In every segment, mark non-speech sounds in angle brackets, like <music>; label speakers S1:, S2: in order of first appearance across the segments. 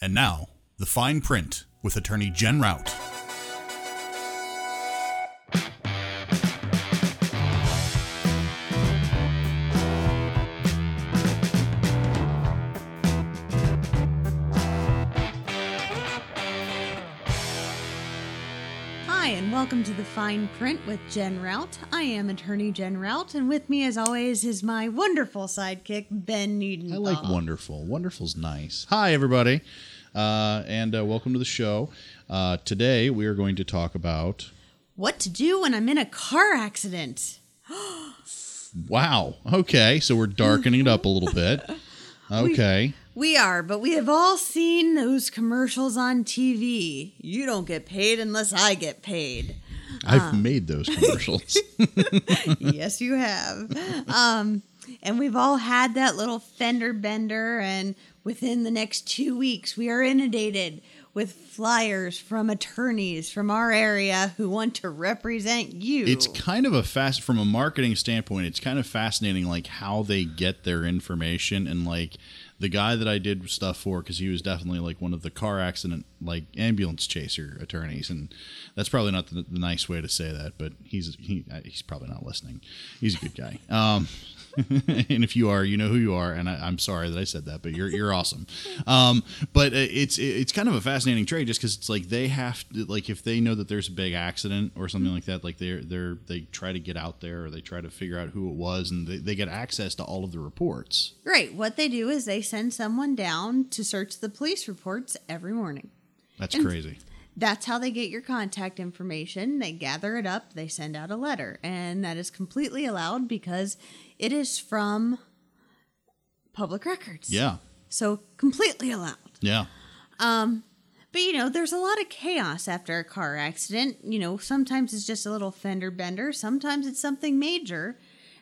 S1: And now, the fine print with attorney Jen Rout.
S2: Hi, and welcome to the Fine Print with Jen Rout. I am attorney Jen Rout, and with me, as always, is my wonderful sidekick, Ben Needenthal.
S3: I like wonderful. Wonderful's nice. Hi, everybody, uh, and uh, welcome to the show. Uh, today we are going to talk about.
S2: What to do when I'm in a car accident?
S3: Wow. Okay, so we're darkening it up a little bit. Okay.
S2: We are, but we have all seen those commercials on TV. You don't get paid unless I get paid.
S3: I've made those commercials.
S2: yes, you have. Um, and we've all had that little fender bender, and within the next two weeks, we are inundated with flyers from attorneys from our area who want to represent you.
S3: it's kind of a fast from a marketing standpoint. It's kind of fascinating, like how they get their information and like the guy that I did stuff for because he was definitely like one of the car accident like ambulance chaser attorneys, and that's probably not the, the nice way to say that, but he's he, he's probably not listening. He's a good guy. Um, <laughs> and if you are, you know who you are. And I, I'm sorry that I said that, but you're you're awesome. Um, but uh, it's it's kind of a fascinating trade just because it's like they have to like if they know that there's a big accident or something like that, like they're they're they try to get out there or they try to figure out who it was, and they, they get access to all of the reports.
S2: right. What they do is they send someone down to search the police reports every morning.
S3: That's
S2: And-
S3: crazy.
S2: That's how they get your contact information. They gather it up, they send out a letter, and that is completely allowed because it is from public records.
S3: Yeah,
S2: So completely allowed.
S3: yeah.
S2: But you know, there's a lot of chaos after a car accident. You know, sometimes it's just a little fender bender, sometimes it's something major,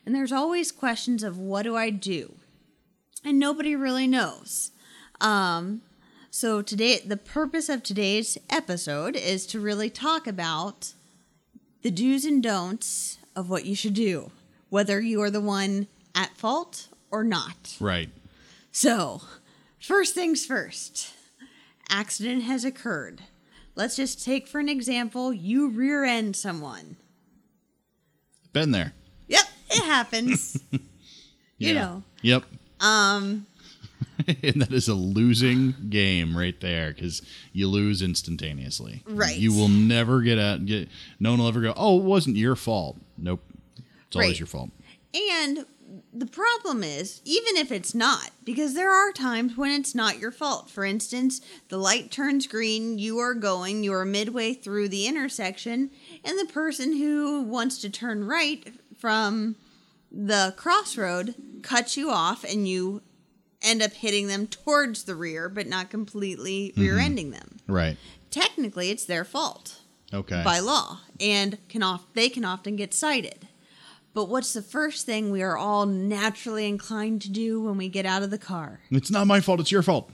S2: and there's always questions of what do I do? And nobody really knows. Um, so today the purpose of today's episode is to really talk about the do's and don'ts of what you should do, whether you are the one at fault or not.
S3: Right.
S2: So, first things first. Accident has occurred. Let's just take for an example, you rear end someone.
S3: Been there.
S2: Yep, it happens. You
S3: Yeah.
S2: know.
S3: Yep.
S2: um,
S3: <laughs> and that is a losing game right there because you lose instantaneously.
S2: Right.
S3: You will never get out. Get no one will ever go. Oh, it wasn't your fault. Nope. It's always
S2: Right.
S3: your fault.
S2: and the problem is, even if it's not, because there are times when it's not your fault. For instance, the light turns green, you are going, you are midway through the intersection, and the person who wants to turn right from the crossroad cuts you off and you end up hitting them towards the rear but not completely rear-ending them
S3: Right.
S2: technically it's their fault
S3: Okay.
S2: by law and can off they can often get cited but what's the first thing we are all naturally inclined to do when we get out of the car
S3: it's not my fault. It's your fault.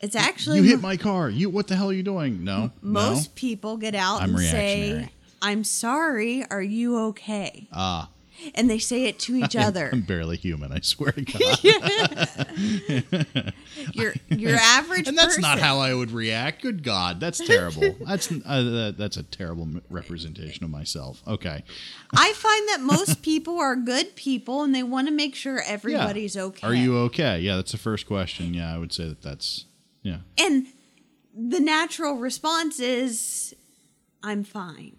S2: it's actually
S3: you hit
S2: mo-
S3: my car. You. What the hell are you doing? No.
S2: most
S3: No?
S2: people get out
S3: I'm
S2: and say
S3: reactionary.
S2: i'm sorry are you okay
S3: Ah.
S2: and they say
S3: <laughs>
S2: it to each other
S3: I'm barely human. I swear
S2: <laughs>
S3: to God.
S2: your
S3: <laughs>
S2: your average
S3: and that's not
S2: person-
S3: how I would react. Good God, that's
S2: <laughs>
S3: terrible. that's uh, that- that's a terrible m- representation of myself. Okay.
S2: i find that most <laughs> people are good people and they want to make sure
S3: Yeah.
S2: everybody's okay
S3: Are you okay? Yeah, that's the first question. Yeah, I would say that that's yeah. <laughs>
S2: and the natural response is
S3: <laughs>
S2: i'm fine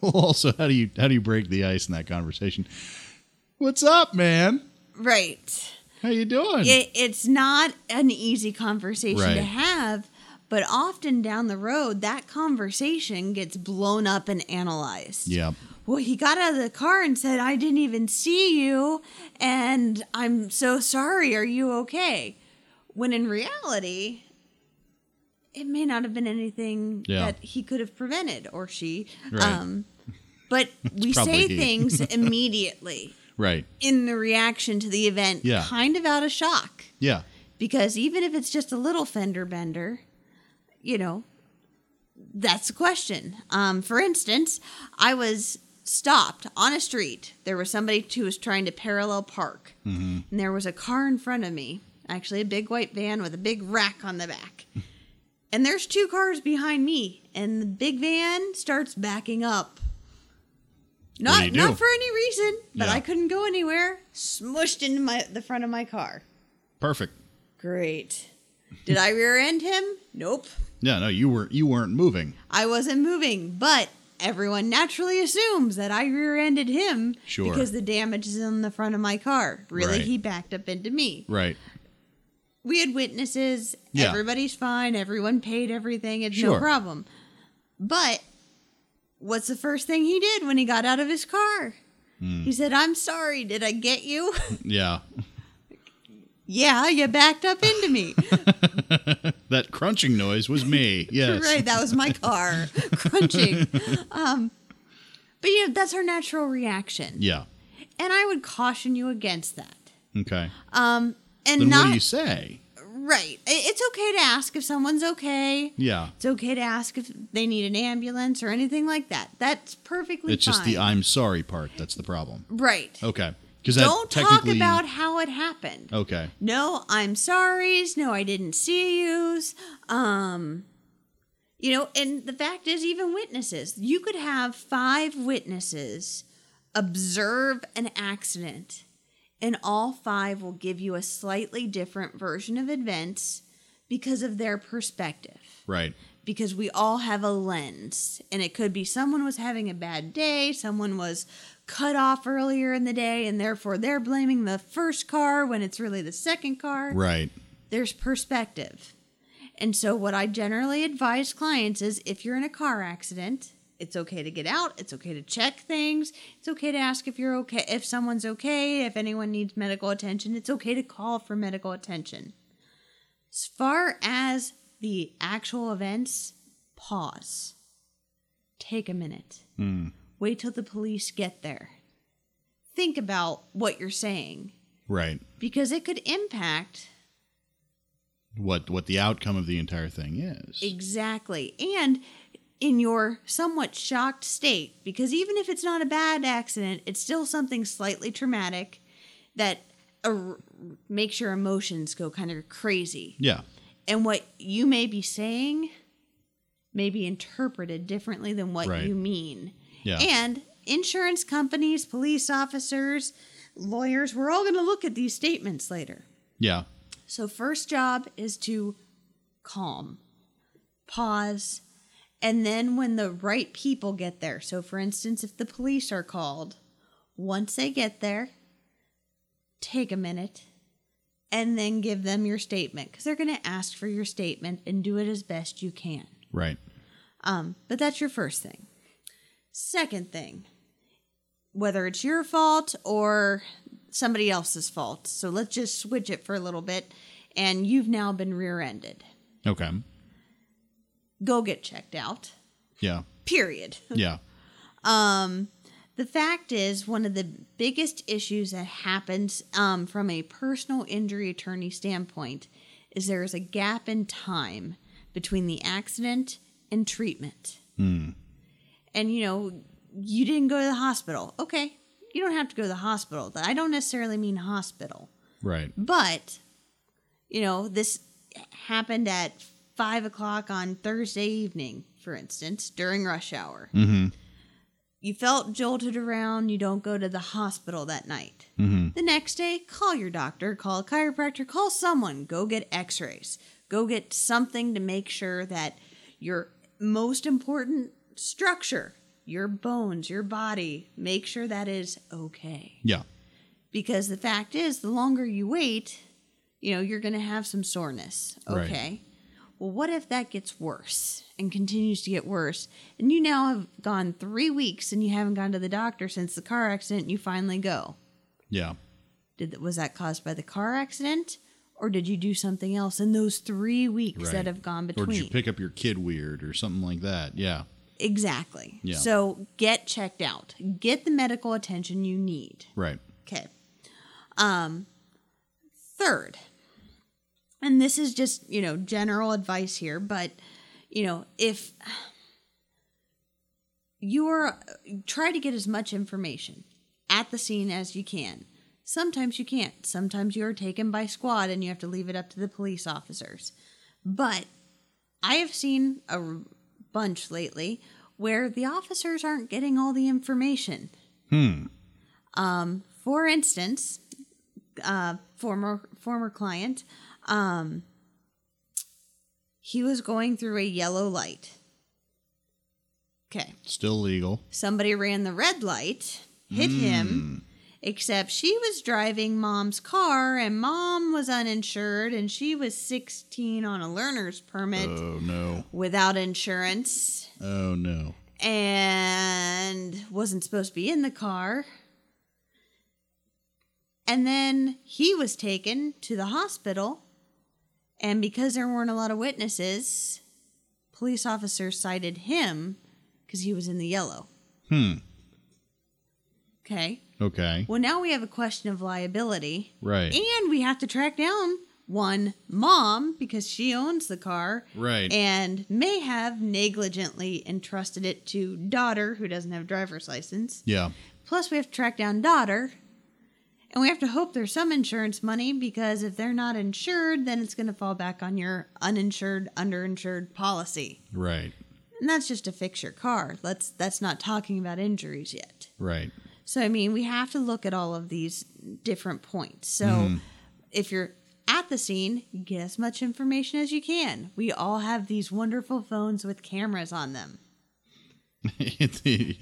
S3: Well, also, how do you how do you break the ice in that conversation? What's up, man?
S2: right
S3: How you doing?
S2: it, it's not an easy conversation
S3: Right.
S2: to have but often down the road that conversation gets blown up and analyzed
S3: Yeah.
S2: well he got out of the car and said i didn't even see you and i'm so sorry are you okay when in reality it may not have been anything
S3: Yeah.
S2: that he could have prevented or she
S3: Right.
S2: um,
S3: <laughs>
S2: but we
S3: probably
S2: say
S3: he. <laughs>
S2: things immediately
S3: Right.
S2: in the reaction to the event
S3: Yeah.
S2: kind of out of shock
S3: Yeah.
S2: because even if it's just a little fender bender, you know, that's a question. Um, for instance, I was stopped on a street. There was somebody who was trying to parallel
S3: Mm-hmm. <laughs>
S2: park, and there was a car in front of me. Actually, a big white van with a big rack on the back. and there's two cars behind me, and the big van starts backing up.
S3: do you
S2: Not
S3: do?
S2: not for any reason, but
S3: Yeah.
S2: I couldn't go anywhere. Smushed into my the front of my car.
S3: Perfect.
S2: Great. Did I rear end him? Nope.
S3: Yeah, no, you were you weren't moving.
S2: I wasn't moving, but everyone naturally assumes that I rear ended him
S3: Sure.
S2: because the damage is in the front of my car. Really,
S3: Right.
S2: he backed up into me.
S3: Right.
S2: We had witnesses.
S3: Yeah.
S2: Everybody's fine. Everyone paid everything. It's
S3: Sure.
S2: no problem. But what's the first thing he did when he got out of his car?
S3: Hmm.
S2: He said, I'm sorry. Did I get you? <laughs>
S3: Yeah.
S2: yeah, you backed up into me.
S3: That crunching noise was
S2: <laughs>
S3: me. Yes.
S2: Right, that was
S3: <laughs>
S2: my car crunching. Um, but you know that's our natural reaction,
S3: Yeah.
S2: and I would caution you against that.
S3: Okay.
S2: And
S3: Then
S2: not
S3: what do you say?
S2: right. I- It's okay to ask if someone's okay.
S3: Yeah.
S2: It's okay to ask if they need an ambulance or anything like that. That's perfectly
S3: It's just the
S2: fine.
S3: I'm sorry part that's the problem.
S2: right.
S3: Okay. Because that
S2: Don't talk
S3: technically
S2: about how it happened.
S3: Okay.
S2: no i'm sorry's no i didn't see yous um you know and the fact is even witnesses you could have five witnesses observe an accident and all five will give you a slightly different version of events because of their perspective
S3: Right.
S2: because we all have a lens and it could be someone was having a bad day someone was cut off earlier in the day and therefore they're blaming the first car when it's really the second car
S3: Right.
S2: there's perspective and so what i generally advise clients is if you're in a car accident it's okay to get out it's okay to check things it's okay to ask if you're okay if someone's okay if anyone needs medical attention it's okay to call for medical attention as far as the actual events, pause. Take a minute. Wait till the police get there. Think about what you're saying
S3: Right.
S2: because it could impact
S3: What what the outcome of the entire thing is.
S2: exactly. And in your somewhat shocked state, because even if it's not a bad accident, it's still something slightly traumatic that er- makes your emotions go kind of crazy.
S3: yeah.
S2: and what you may be saying may be interpreted differently than what
S3: Right.
S2: you mean.
S3: Yeah.
S2: And insurance companies, police officers, lawyers, we're all going to look at these statements later.
S3: Yeah.
S2: So, first job is to calm, pause, and then when the right people get there. So, for instance, if the police are called, once they get there, take a minute and then give them your statement because they're going to ask for your statement and do it as best you can.
S3: Right.
S2: Um, but that's your first thing. Second thing, whether it's your fault or somebody else's fault. So let's just switch it for a little bit. And you've now been rear ended.
S3: Okay.
S2: Go get checked out.
S3: Yeah.
S2: Period. <laughs>
S3: Yeah.
S2: Um, the fact is, one of the biggest issues that happens um, from a personal injury attorney standpoint is there is a gap in time between the accident and treatment. And, you know, you didn't go to the hospital. Okay, you don't have to go to the hospital. I don't necessarily mean hospital.
S3: Right.
S2: But, you know, this happened at five o'clock on Thursday evening, for instance, during rush hour. Mm-hmm. You felt jolted around, you don't go to the hospital that night. The next day, call your doctor, call a chiropractor, call someone, go get x rays, go get something to make sure that your most important structure, your bones, your body, make sure that is okay
S3: Yeah.
S2: because the fact is the longer you wait you know you're going to have some soreness
S3: Right.
S2: okay well what if that gets worse and continues to get worse and you now have gone three weeks and you haven't gone to the doctor since the car accident and you finally go
S3: Yeah.
S2: did was that caused by the car accident or did you do something else in those three weeks
S3: Right.
S2: that have gone
S3: Or
S2: between
S3: did you pick up your kid weird or something like that? Yeah.
S2: exactly
S3: Yeah.
S2: so get checked out get the medical attention you need
S3: Right.
S2: Okay. Um, third, and this is just, you know, general advice here, but, you know, if you're try to get as much information at the scene as you can. Sometimes you can't. Sometimes you are taken by squad and you have to leave it up to the police officers. But I have seen a r- bunch lately where the officers aren't getting all the information. Hmm. Um, for instance, uh, former former client, um, he was going through a yellow light. Okay,
S3: Still legal.
S2: somebody ran the red light, hit him. Except she was driving mom's car, and mom was uninsured, and she was 16 on a learner's permit
S3: Oh no.
S2: without insurance
S3: Oh no.
S2: and wasn't supposed to be in the car. And then he was taken to the hospital. And because there weren't a lot of witnesses, police officers cited him because he was in the yellow.
S3: Hmm.
S2: Okay.
S3: Okay.
S2: Well, now we have a question of liability.
S3: Right.
S2: And we have to track down one mom because she owns the car.
S3: Right.
S2: And may have negligently entrusted it to daughter who doesn't have a driver's license.
S3: yeah.
S2: Plus, we have to track down daughter. And we have to hope there's some insurance money because if they're not insured, then it's going to fall back on your uninsured, underinsured policy.
S3: Right.
S2: And that's just to fix your car. Let's that's not talking about injuries yet.
S3: Right. <laughs>
S2: So I mean, we have to look at all of these different points. So
S3: Hmm.
S2: if you're at the scene, get as much information as you can. We all have these wonderful phones with cameras on them.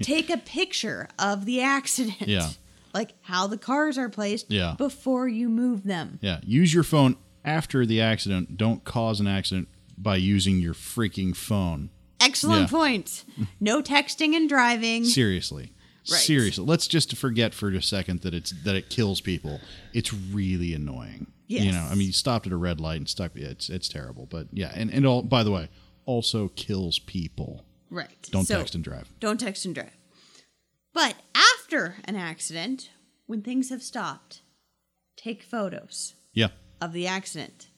S2: Take a picture of the accident.
S3: Yeah.
S2: <laughs> Like how the cars are placed
S3: Yeah.
S2: before you move them.
S3: yeah. Use your phone after the accident. Don't cause an accident by using your freaking phone.
S2: Excellent
S3: Yeah. <laughs>
S2: point. No texting and driving.
S3: Seriously.
S2: Right.
S3: Seriously. Let's just forget for a second that it's that it kills people. It's really annoying. You
S2: Yes.
S3: know, I mean, you stopped at a red light and stuck. yeah, It's it's terrible. But yeah, and and all. By the way, also kills people.
S2: Right.
S3: Don't
S2: So-
S3: text and drive.
S2: Don't text and drive. But after an accident, when things have stopped, take photos
S3: Yeah.
S2: of the accident.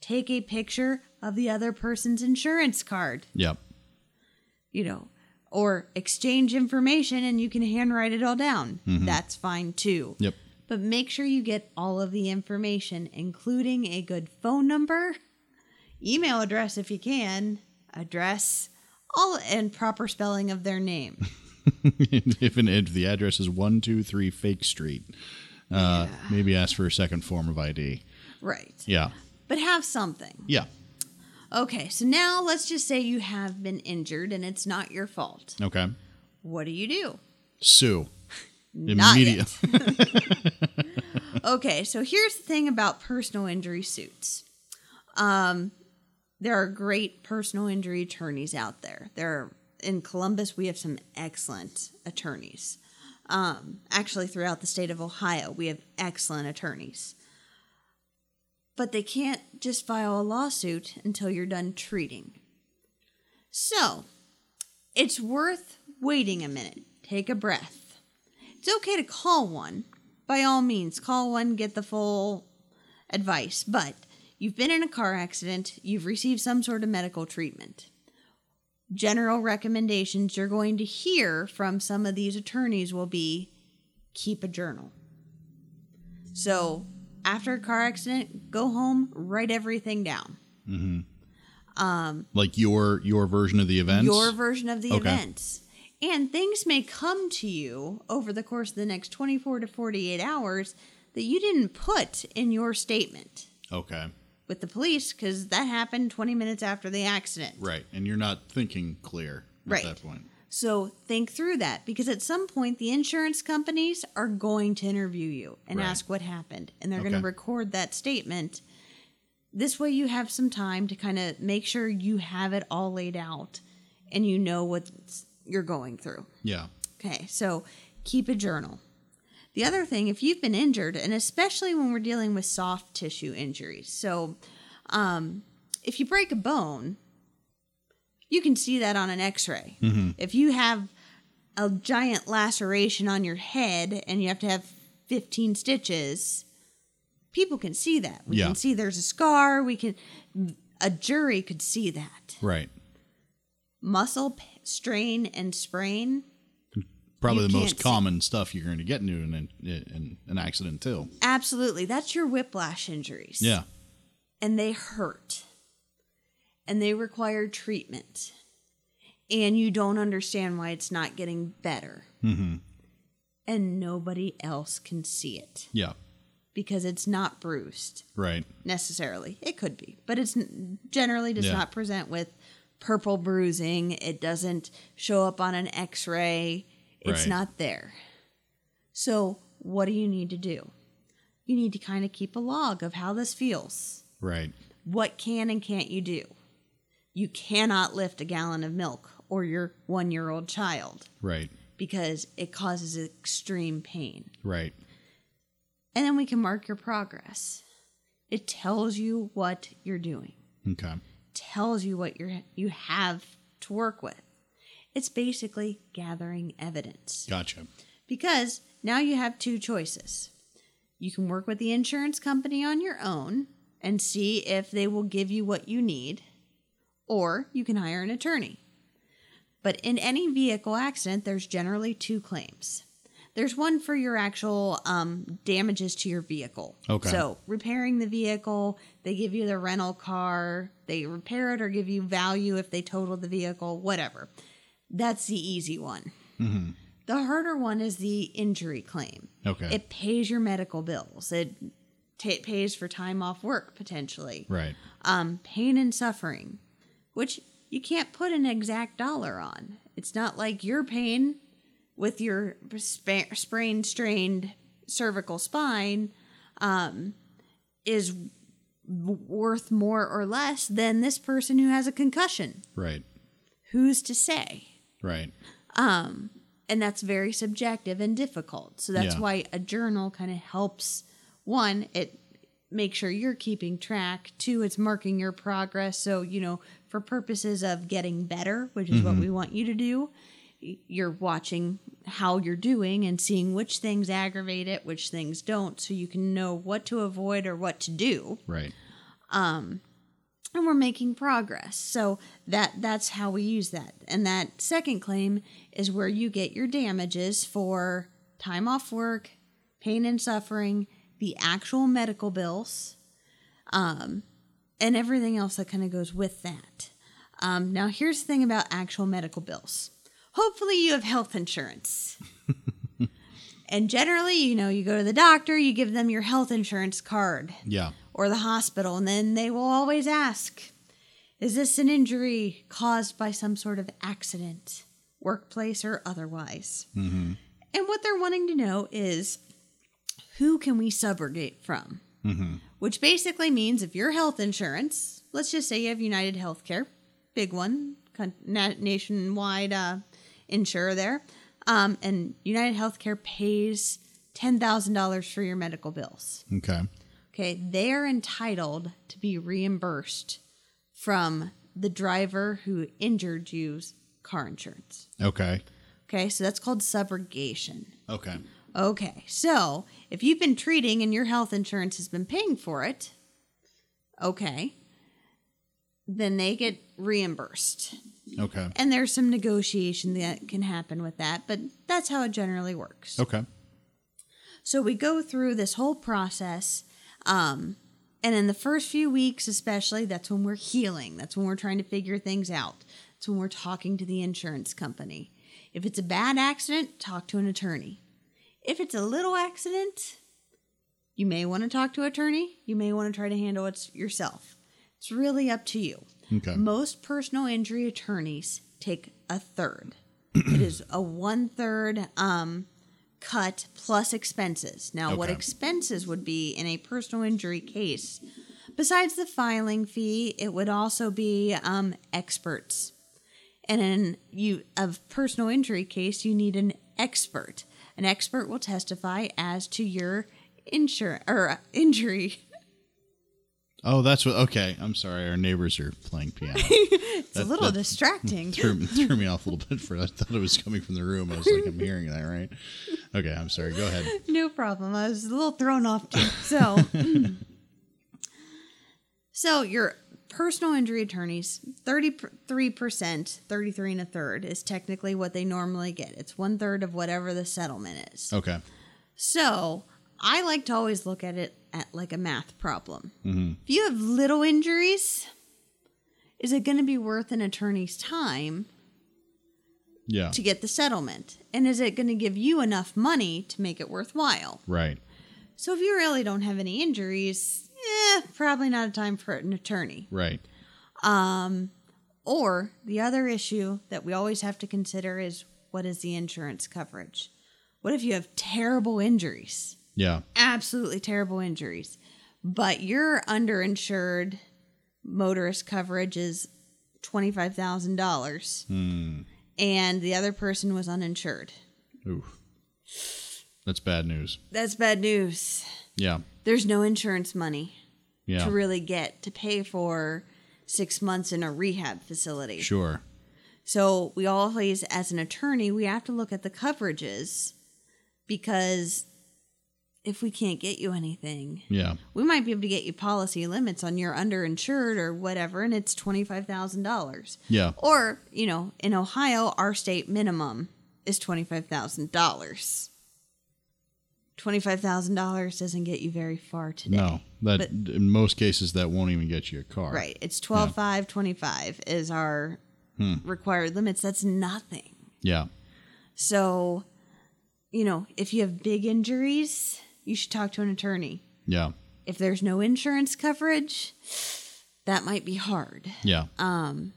S2: Take a picture of the other person's insurance card,
S3: Yeah.
S2: you know, or exchange information and you can handwrite it all down. That's fine too.
S3: Yep. <laughs>
S2: But make sure you get all of the information, including a good phone number, email address if you can, address, all and proper spelling of their name.
S3: if an if the address is one two three Fake Street, uh, maybe ask for a second form of ID.
S2: right.
S3: Yeah,
S2: but have something.
S3: yeah,
S2: Okay, so now let's just say you have been injured and it's not your fault.
S3: okay.
S2: What do you do?
S3: Sue
S2: <laughs> Not
S3: Immediate-
S2: yet. okay, so here's the thing about personal injury suits. Um, there are great personal injury attorneys out there. There are, in Columbus, we have some excellent attorneys. Um, actually, throughout the state of Ohio, we have excellent attorneys. But they can't just file a lawsuit until you're done treating. So, it's worth waiting a minute. Take a breath it's okay to call one. By all means, call one, get the full advice. But you've been in a car accident, you've received some sort of medical treatment. General recommendations you're going to hear from some of these attorneys will be keep a journal. So, after a car accident, go home, write everything down.
S3: <laughs> like your your version of the events.
S2: Your version of the
S3: Okay.
S2: events. And things may come to you over the course of the next 24 to 48 hours that you didn't put in your statement
S3: okay,
S2: with the police because that happened 20 minutes after the accident.
S3: right, and you're not thinking clear at
S2: Right.
S3: that point.
S2: So think through that because at some point the insurance companies are going to interview you and
S3: Right.
S2: ask what happened and they're
S3: Okay.
S2: going to record that statement. This way you have some time to kind of make sure you have it all laid out and you know what you're going through.
S3: Yeah,
S2: Okay, so keep a journal. The other thing, if you've been injured, and especially when we're dealing with soft tissue injuries, so um, if you break a bone, you can see that on an x ray. If you have a giant laceration on your head and you have to have 15 stitches, people can see that. We
S3: Yeah.
S2: can see there's a scar. We can, a jury could see that.
S3: right.
S2: Muscle p- strain and sprain,
S3: Probably
S2: You
S3: the
S2: can't
S3: most
S2: see-
S3: common stuff you're going to get into in, an- in an accident too.
S2: Absolutely. That's your whiplash injuries.
S3: Yeah,
S2: And they hurt. and they require treatment and you don't understand why it's not getting better and nobody else can see it
S3: Yeah.
S2: because it's not bruised
S3: Right.
S2: necessarily it could be but it's n- generally does
S3: Yeah.
S2: not present with purple bruising it doesn't show up on an x-ray it's
S3: Right.
S2: not there so what do you need to do you need to kind of keep a log of how this feels
S3: Right.
S2: what can and can't you do? You cannot lift a gallon of milk or your one year old child
S3: Right.
S2: because it causes extreme pain.
S3: Right.
S2: And then we can mark your progress. It tells you what you're doing,
S3: Okay.
S2: tells you what you're, you have to work with. It's basically gathering evidence
S3: Gotcha.
S2: because now you have two choices. You can work with the insurance company on your own and see if they will give you what you need, or you can hire an attorney. But in any vehicle accident, there's generally two claims. There's one for your actual um, damages to your vehicle.
S3: Okay.
S2: So repairing the vehicle, they give you the rental car, they repair it or give you value if they total the vehicle, whatever. That's the easy one. The harder one is the injury claim.
S3: Okay.
S2: It pays your medical bills. It ta pays for time off work potentially.
S3: Right.
S2: Um, pain and suffering, which you can't put an exact dollar on. It's not like your pain with your spa- sprained, strained cervical spine um, is w- worth more or less than this person who has a concussion.
S3: Right.
S2: Who's to say?
S3: Right.
S2: and that's very subjective and difficult. So that's
S3: Yeah.
S2: why a journal kind of helps. One, it makes sure you're keeping track. Two, it's marking your progress. So you know, for purposes of getting better, which is what we want you to do, y- you're watching how you're doing and seeing which things aggravate it, which things don't, so you can know what to avoid or what to do.
S3: Right.
S2: And we're making progress. So that that's how we use that. And that second claim is where you get your damages for time off work, pain and suffering, the actual medical bills, um, and everything else that kind of goes with that. Um, now, here's the thing about actual medical bills. Hopefully, you have health insurance. and generally, you know, you go to the doctor, you give them your health insurance card
S3: Yeah.
S2: or the hospital, and then they will always ask, Is this an injury caused by some sort of accident, workplace or otherwise? And what they're wanting to know is, Who can we subrogate from? Which basically means if your health insurance, let's just say you have United Healthcare, big one, con- na- nationwide uh, insurer there, um, and United Healthcare pays $10,000 for your medical bills.
S3: Okay.
S2: Okay, they are entitled to be reimbursed from the driver who injured you's car insurance.
S3: Okay.
S2: Okay, so that's called subrogation.
S3: Okay.
S2: Okay, so if you've been treating and your health insurance has been paying for it, okay, then they get reimbursed.
S3: Okay.
S2: And there's some negotiation that can happen with that, but that's how it generally works.
S3: Okay.
S2: So we go through this whole process. Um, and in the first few weeks, especially, that's when we're healing. That's when we're trying to figure things out. That's when we're talking to the insurance company. If it's a bad accident, talk to an attorney. If it's a little accident, you may want to talk to an attorney. You may want to try to handle it yourself. It's really up to you.
S3: Okay.
S2: Most personal injury attorneys take a third. it is a one third um, cut plus expenses. Now, what
S3: Okay.
S2: expenses would be in a personal injury case? Besides the filing fee, it would also be um, experts. And in you a personal injury case, you need an expert. An expert will testify as to your insur or uh, injury.
S3: Oh, that's what. Okay. I'm sorry. Our neighbors are playing
S2: <laughs>
S3: piano.
S2: It's a little distracting.
S3: threw, threw me off a little bit for I thought it was coming from the room. I was like, I'm hearing that, right? Okay. I'm sorry. Go ahead.
S2: no problem. I was a little thrown off too. So, <clears throat> so your personal injury attorneys, 33 percent, 33 and a third is technically what they normally get. It's one third of whatever the settlement is.
S3: Okay.
S2: So I like to always look at it at like a math problem. If you have little injuries, is it going to be worth an attorney's time
S3: Yeah.
S2: to get the settlement? And is it going to give you enough money to make it worthwhile?
S3: Right.
S2: So if you really don't have any injuries, eh, probably not a time for an attorney.
S3: Right.
S2: Or the other issue that we always have to consider is what is the insurance coverage? What if you have terrible injuries?
S3: Yeah.
S2: Absolutely terrible injuries, but your underinsured motorist coverage is $25,000 and the other person was uninsured.
S3: Ooh. That's bad news.
S2: That's bad news.
S3: Yeah.
S2: There's no insurance money.
S3: Yeah.
S2: to really get to pay for six months in a rehab facility.
S3: sure.
S2: So we always, as an attorney, we have to look at the coverages because if we can't get you anything,
S3: Yeah.
S2: we might be able to get you policy limits on your underinsured or whatever, and it's twenty five thousand dollars.
S3: Yeah.
S2: Or you know, in Ohio, our state minimum is twenty five thousand dollars. Twenty five thousand dollars doesn't get you very far today.
S3: No. That
S2: But-
S3: in most cases that won't even get you a car.
S2: Right. It's 12, 5, 25 is our required limits. That's nothing.
S3: Yeah.
S2: So, you know, if you have big injuries, you should talk to an attorney.
S3: Yeah.
S2: If there's no insurance coverage, that might be hard.
S3: Yeah.
S2: Um,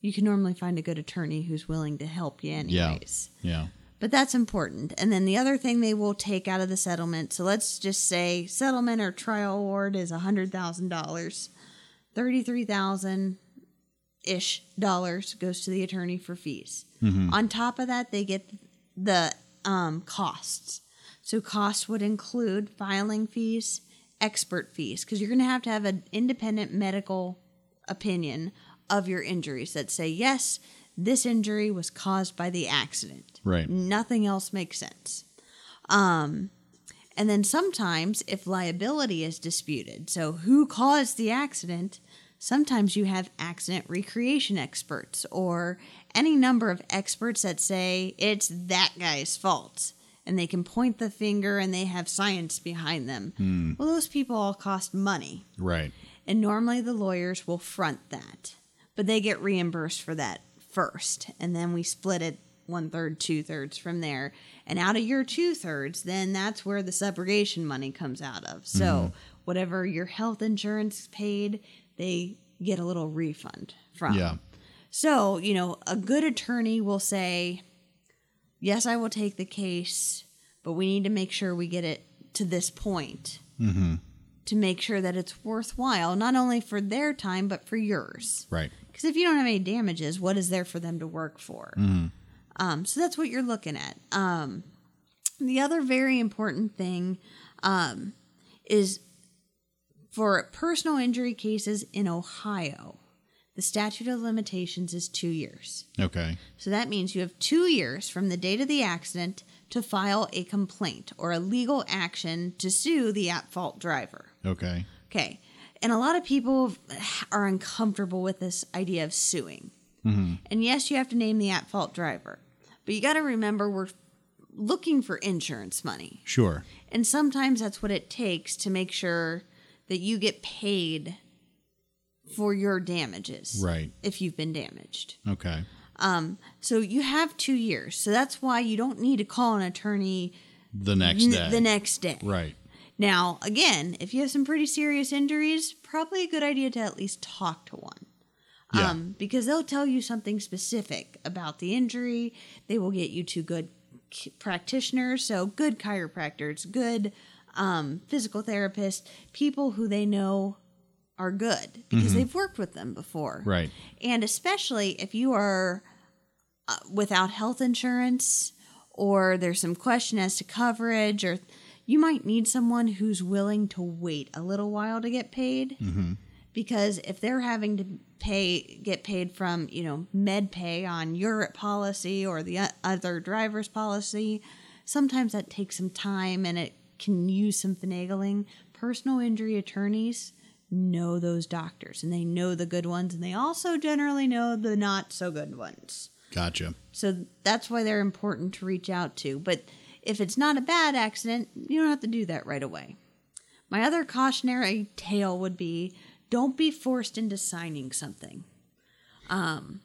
S2: You can normally find a good attorney who's willing to help you,
S3: Yeah.
S2: anyways.
S3: yeah.
S2: But that's important. And then the other thing they will take out of the settlement. So let's just say settlement or trial award is hundred thousand dollars. Thirty-three thousand ish dollars goes to the attorney for fees. On top of that, they get the um, costs. So costs would include filing fees, expert fees, because you're going to have to have an independent medical opinion of your injuries that say yes, this injury was caused by the accident.
S3: Right.
S2: Nothing else makes sense. Um, and then sometimes, if liability is disputed, so who caused the accident, sometimes you have accident recreation experts or any number of experts that say it's that guy's fault. And they can point the finger and they have science behind them. Well, those people all cost money.
S3: Right.
S2: And normally the lawyers will front that, but they get reimbursed for that first. And then we split it one third, two thirds from there. And out of your two thirds, then that's where the subrogation money comes out of. So whatever your health insurance paid, they get a little refund from.
S3: Yeah.
S2: So, you know, a good attorney will say, yes, I will take the case, but we need to make sure we get it to this point to make sure that it's worthwhile, not only for their time, but for yours.
S3: Right.
S2: Because if you don't have any damages, what is there for them to work for? Um, so that's what you're looking at. Um, the other very important thing um, is for personal injury cases in Ohio, the statute of limitations is two years.
S3: Okay.
S2: So that means you have two years from the date of the accident to file a complaint or a legal action to sue the at fault driver.
S3: Okay.
S2: Okay. And a lot of people <sighs> are uncomfortable with this idea of suing.
S3: Mm-hmm.
S2: And yes, you have to name the at fault driver, but you got to remember we're looking for insurance money.
S3: Sure.
S2: And sometimes that's what it takes to make sure that you get paid for your damages.
S3: Right.
S2: If you've been damaged. Um,
S3: Okay.
S2: So you have two years. So that's why you don't need to call an attorney
S3: The next
S2: n-
S3: day.
S2: the next day.
S3: Right.
S2: Now, again, if you have some pretty serious injuries, probably a good idea to at least talk to one.
S3: Yeah.
S2: Um, because they'll tell you something specific about the injury. They will get you to good k- practitioners, so good chiropractors, good um, physical therapists, people who they know are good because they've worked with them before.
S3: Mm-hmm. Right.
S2: And especially if you are uh, without health insurance or there's some question as to coverage or you might need someone who's willing to wait a little while to get paid because if they're having to pay get paid from you know med pay on your policy or the o- other driver's policy sometimes that takes some time and it can use some finagling personal injury attorneys know those doctors and they know the good ones and they also generally know the not so good ones
S3: Gotcha.
S2: so that's why they're important to reach out to. But if it's not a bad accident, you don't have to do that right away. My other cautionary tale would be don't be forced into signing something. Um,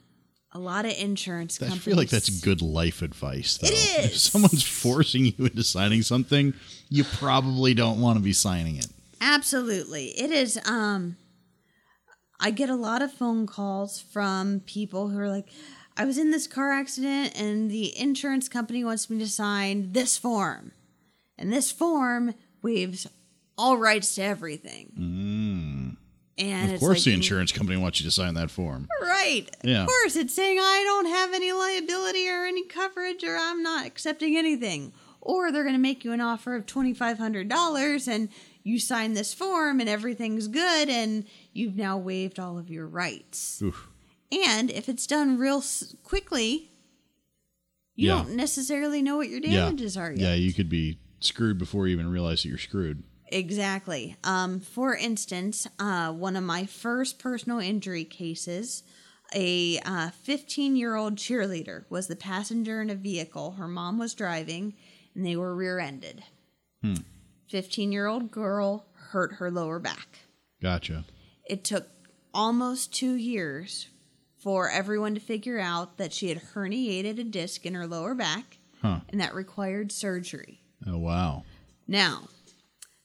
S2: A lot of insurance
S3: I
S2: companies.
S3: feel like that's good life advice. Though. If
S2: is.
S3: someone's forcing you into signing something, you probably don't want to be signing it.
S2: Absolutely. It is um I get a lot of phone calls from people who are like I was in this car accident and the insurance company wants me to sign this form. And this form waives all rights to everything. And
S3: Mm. of course,
S2: it's
S3: the
S2: like,
S3: insurance company wants you to sign that form.
S2: Right.
S3: Yeah.
S2: Of course, it's saying I don't have any liability or any coverage or I'm not accepting anything. Or they're going to make you an offer of $2,500 and you sign this form and everything's good and you've now waived all of your rights.
S3: Oof.
S2: And if it's done real s- quickly, you
S3: Yeah.
S2: don't necessarily know what your
S3: Yeah.
S2: damages are yet.
S3: Yeah, you could be screwed before you even realize that you're screwed.
S2: Exactly. Um, for instance, uh, one of my first personal injury cases, a 15 year old cheerleader was the passenger in a vehicle. Her mom was driving and they were rear ended. 15 year old girl hurt her lower back.
S3: Gotcha.
S2: It took almost two years for everyone to figure out that she had herniated a disc in her lower back
S3: Huh.
S2: and that required surgery.
S3: Oh wow.
S2: Now,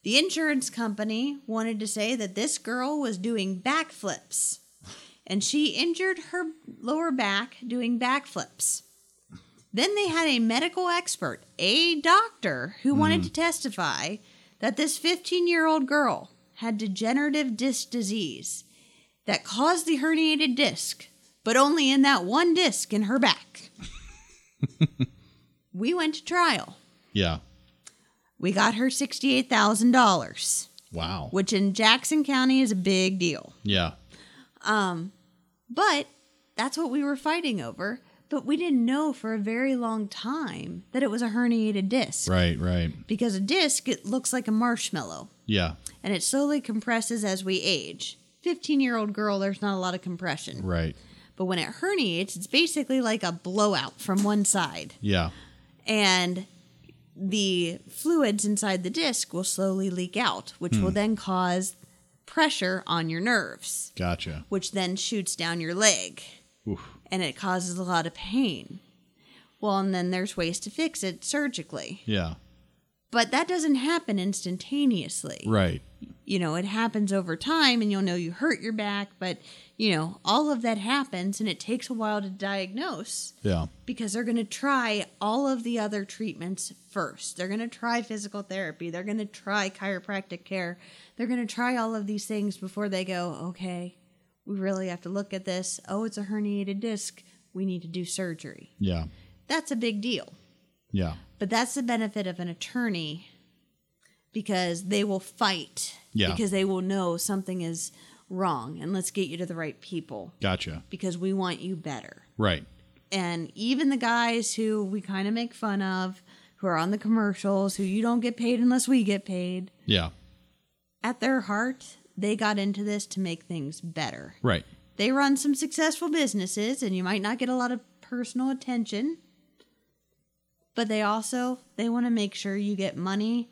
S2: the insurance company wanted to say that this girl was doing backflips and she injured her lower back doing backflips. Then they had a medical expert, a doctor, who wanted to testify that this 15 year old girl had degenerative disc disease that caused the herniated disc, but only in that one disc in her back. we went to trial.
S3: Yeah.
S2: We got her $68,000,
S3: Wow.
S2: which in Jackson County is a big deal.
S3: Yeah.
S2: But that's what we were fighting over. But we didn't know for a very long time that it was a herniated disc
S3: Right. Right.
S2: because a disc it looks like a marshmallow
S3: Yeah.
S2: and it slowly compresses as we age. 15 year old girl, there's not a lot of compression.
S3: Right.
S2: But when it herniates, it's basically like a blowout from one side.
S3: Yeah.
S2: and the fluids inside the disc will slowly leak out, which will then cause pressure on your nerves,
S3: Gotcha.
S2: which then shoots down your leg
S3: Oof.
S2: and it causes a lot of pain. Well, and then there's ways to fix it surgically,
S3: Yeah.
S2: but that doesn't happen instantaneously.
S3: Right.
S2: You know, it happens over time, and you'll know you hurt your back, but you know, all of that happens and it takes a while to diagnose
S3: Yeah.
S2: because they're going to try all of the other treatments first. They're going to try physical therapy. They're going to try chiropractic care. They're going to try all of these things before they go, okay, we really have to look at this. Oh, it's a herniated disc. We need to do surgery.
S3: Yeah.
S2: That's a big deal.
S3: Yeah.
S2: But that's the benefit of an attorney because they will fight
S3: Yeah.
S2: because they will know something is wrong and let's get you to the right people
S3: Gotcha.
S2: because we want you better
S3: Right.
S2: and even the guys who we kind of make fun of who are on the commercials who you don't get paid unless we get paid
S3: Yeah.
S2: at their heart they got into this to make things better
S3: Right.
S2: they run some successful businesses and you might not get a lot of personal attention but they also they want to make sure you get money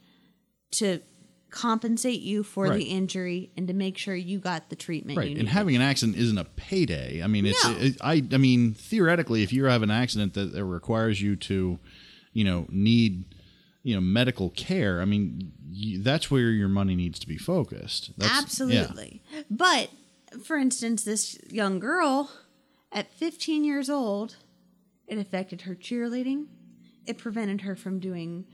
S2: to compensate you for
S3: Right.
S2: the injury and to make sure you got the treatment
S3: Right.
S2: you
S3: And
S2: need
S3: having an accident isn't a payday. I mean, it's
S2: No.
S3: it, I I mean, theoretically, if you have an accident that, that requires you to, you know, need you know medical care, I mean, you, that's where your money needs to be focused. That's, yeah.
S2: Absolutely. But for instance, this young girl at 15 years old, it affected her cheerleading. It prevented her from doing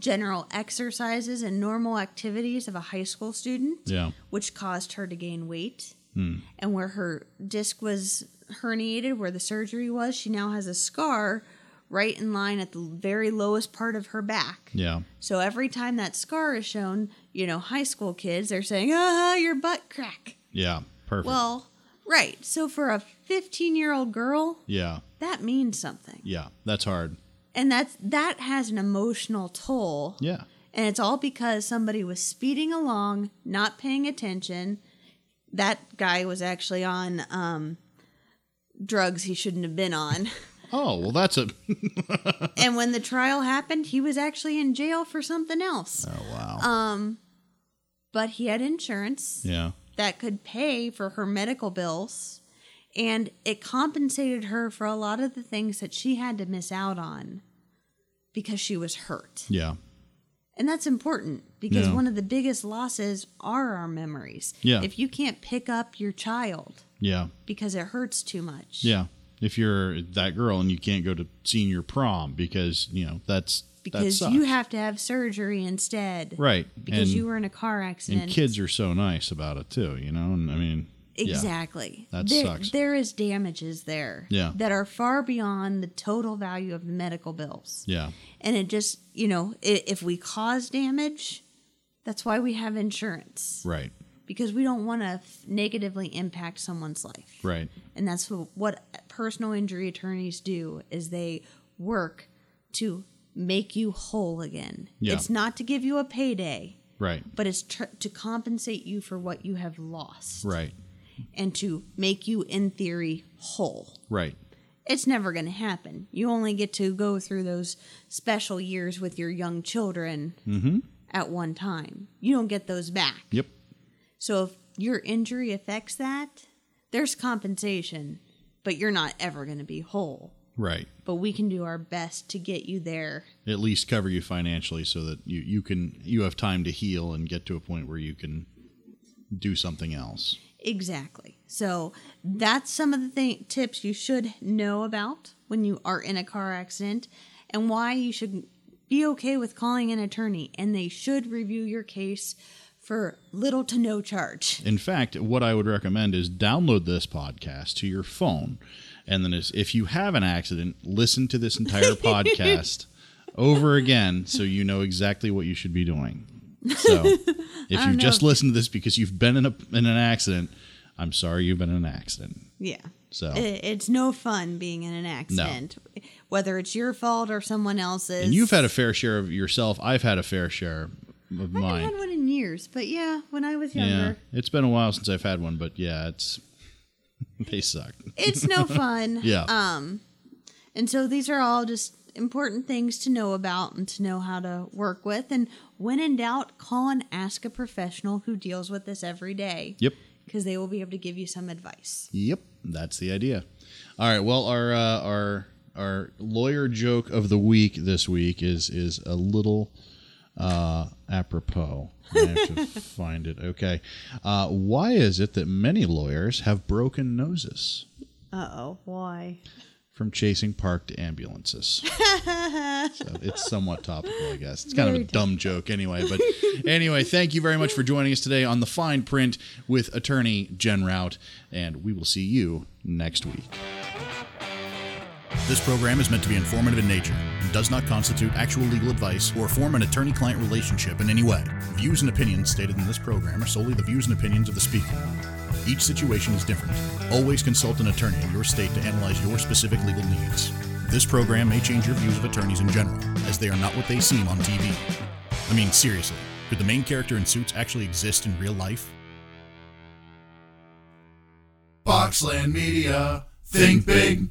S2: general exercises and normal activities of a high school student,
S3: Yeah. Hmm.
S2: which caused her to gain weight. And where her disc was herniated, where the surgery was, she now has a scar right in line at the very lowest part of her back.
S3: Yeah.
S2: So every time that scar is shown, you know, high school kids, they're saying, ah, your butt crack.
S3: Yeah. Perfect.
S2: Well, right. So for a 15 year old girl,
S3: yeah.
S2: that means something.
S3: Yeah. That's hard.
S2: And that's, that has an emotional toll.
S3: Yeah.
S2: And it's all because somebody was speeding along, not paying attention. That guy was actually on um, drugs he shouldn't have been on.
S3: Oh well, that's a <laughs>
S2: and when the trial happened, he was actually in jail for something else.
S3: oh wow.
S2: Um, But he had insurance.
S3: yeah.
S2: that could pay for her medical bills and it compensated her for a lot of the things that she had to miss out on because she was hurt.
S3: Yeah.
S2: And that's important because
S3: Yeah.
S2: one of the biggest losses are our memories.
S3: Yeah.
S2: If you can't pick up your child
S3: Yeah.
S2: because it hurts too much.
S3: Yeah. If you're that girl and you can't go to senior prom because, you know, that's that
S2: Because
S3: sucks.
S2: you have to have surgery instead.
S3: Right.
S2: Because
S3: and,
S2: you were in a car accident.
S3: and kids are so nice about it too, you know? And I mean yeah.
S2: Exactly.
S3: That
S2: there,
S3: sucks.
S2: There is damages there
S3: Yeah.
S2: that are far beyond the total value of the medical bills.
S3: Yeah.
S2: And it just, you know, i if we cause damage, that's why we have insurance
S3: Right.
S2: because we don't want to f- negatively impact someone's life.
S3: Right.
S2: And that's wh- what personal injury attorneys do is they work to make you whole again.
S3: Yeah.
S2: It's not to give you a payday,
S3: Right.
S2: but it's tr- to compensate you for what you have lost
S3: Right.
S2: and to make you, in theory, whole.
S3: Right.
S2: It's never going to happen. You only get to go through those special years with your young children at one time. You don't get those back.
S3: Yep.
S2: So if your injury affects that, there's compensation, but you're not ever going to be whole.
S3: Right.
S2: But we can do our best to get you there.
S3: At least cover you financially so that you, you can you have time to heal and get to a point where you can do something else.
S2: Exactly. So that's some of the thing, tips you should know about when you are in a car accident and why you should be okay with calling an attorney and they should review your case for little to no charge.
S3: In fact, what I would recommend is download this podcast to your phone. And then as- if you have an accident, listen to this
S2: <laughs>
S3: entire podcast over again so you know exactly what you should be doing. So if you've just listened to this because you've been in, a, in an accident, I'm sorry you've been in an accident.
S2: Yeah.
S3: So
S2: I- It's no fun being in an accident, whether it's your fault or someone else's.
S3: and you've had a fair share of yourself. I've had a fair share of
S2: I haven't had
S3: mine.
S2: one in years, but yeah, when I was
S3: Yeah.
S2: younger,
S3: It's been a while since I've had one, but yeah, it's <laughs> they suck. <laughs>
S2: it's no fun.
S3: Yeah.
S2: And so these are all just important things to know about and to know how to work with. And when in doubt, call and ask a professional who deals with this every day.
S3: yep.
S2: Because they will be able to give you some advice.
S3: Yep, that's the idea. All right. Well, our uh, our our lawyer joke of the week this week is is a little uh, apropos. I have to find it. Okay. Uh, why is it that many lawyers have broken noses
S2: Uh oh, why?
S3: from chasing parked ambulances? so it's somewhat topical, I guess. It's kind of a
S2: Very
S3: dumb joke, anyway. But anyway, thank you very much for joining us today on the fine print with attorney Jen Rout, and we will see you next week.
S1: This program is meant to be informative in nature and does not constitute actual legal advice or form an attorney client relationship in any way. Views and opinions stated in this program are solely the views and opinions of the speaker. Each situation is different. Always consult an attorney in your state to analyze your specific legal needs. This program may change your views of attorneys in general, as they are not what they seem on TV. I mean, seriously, could the main character in Suits actually exist in real life? Boxland Media. Think big.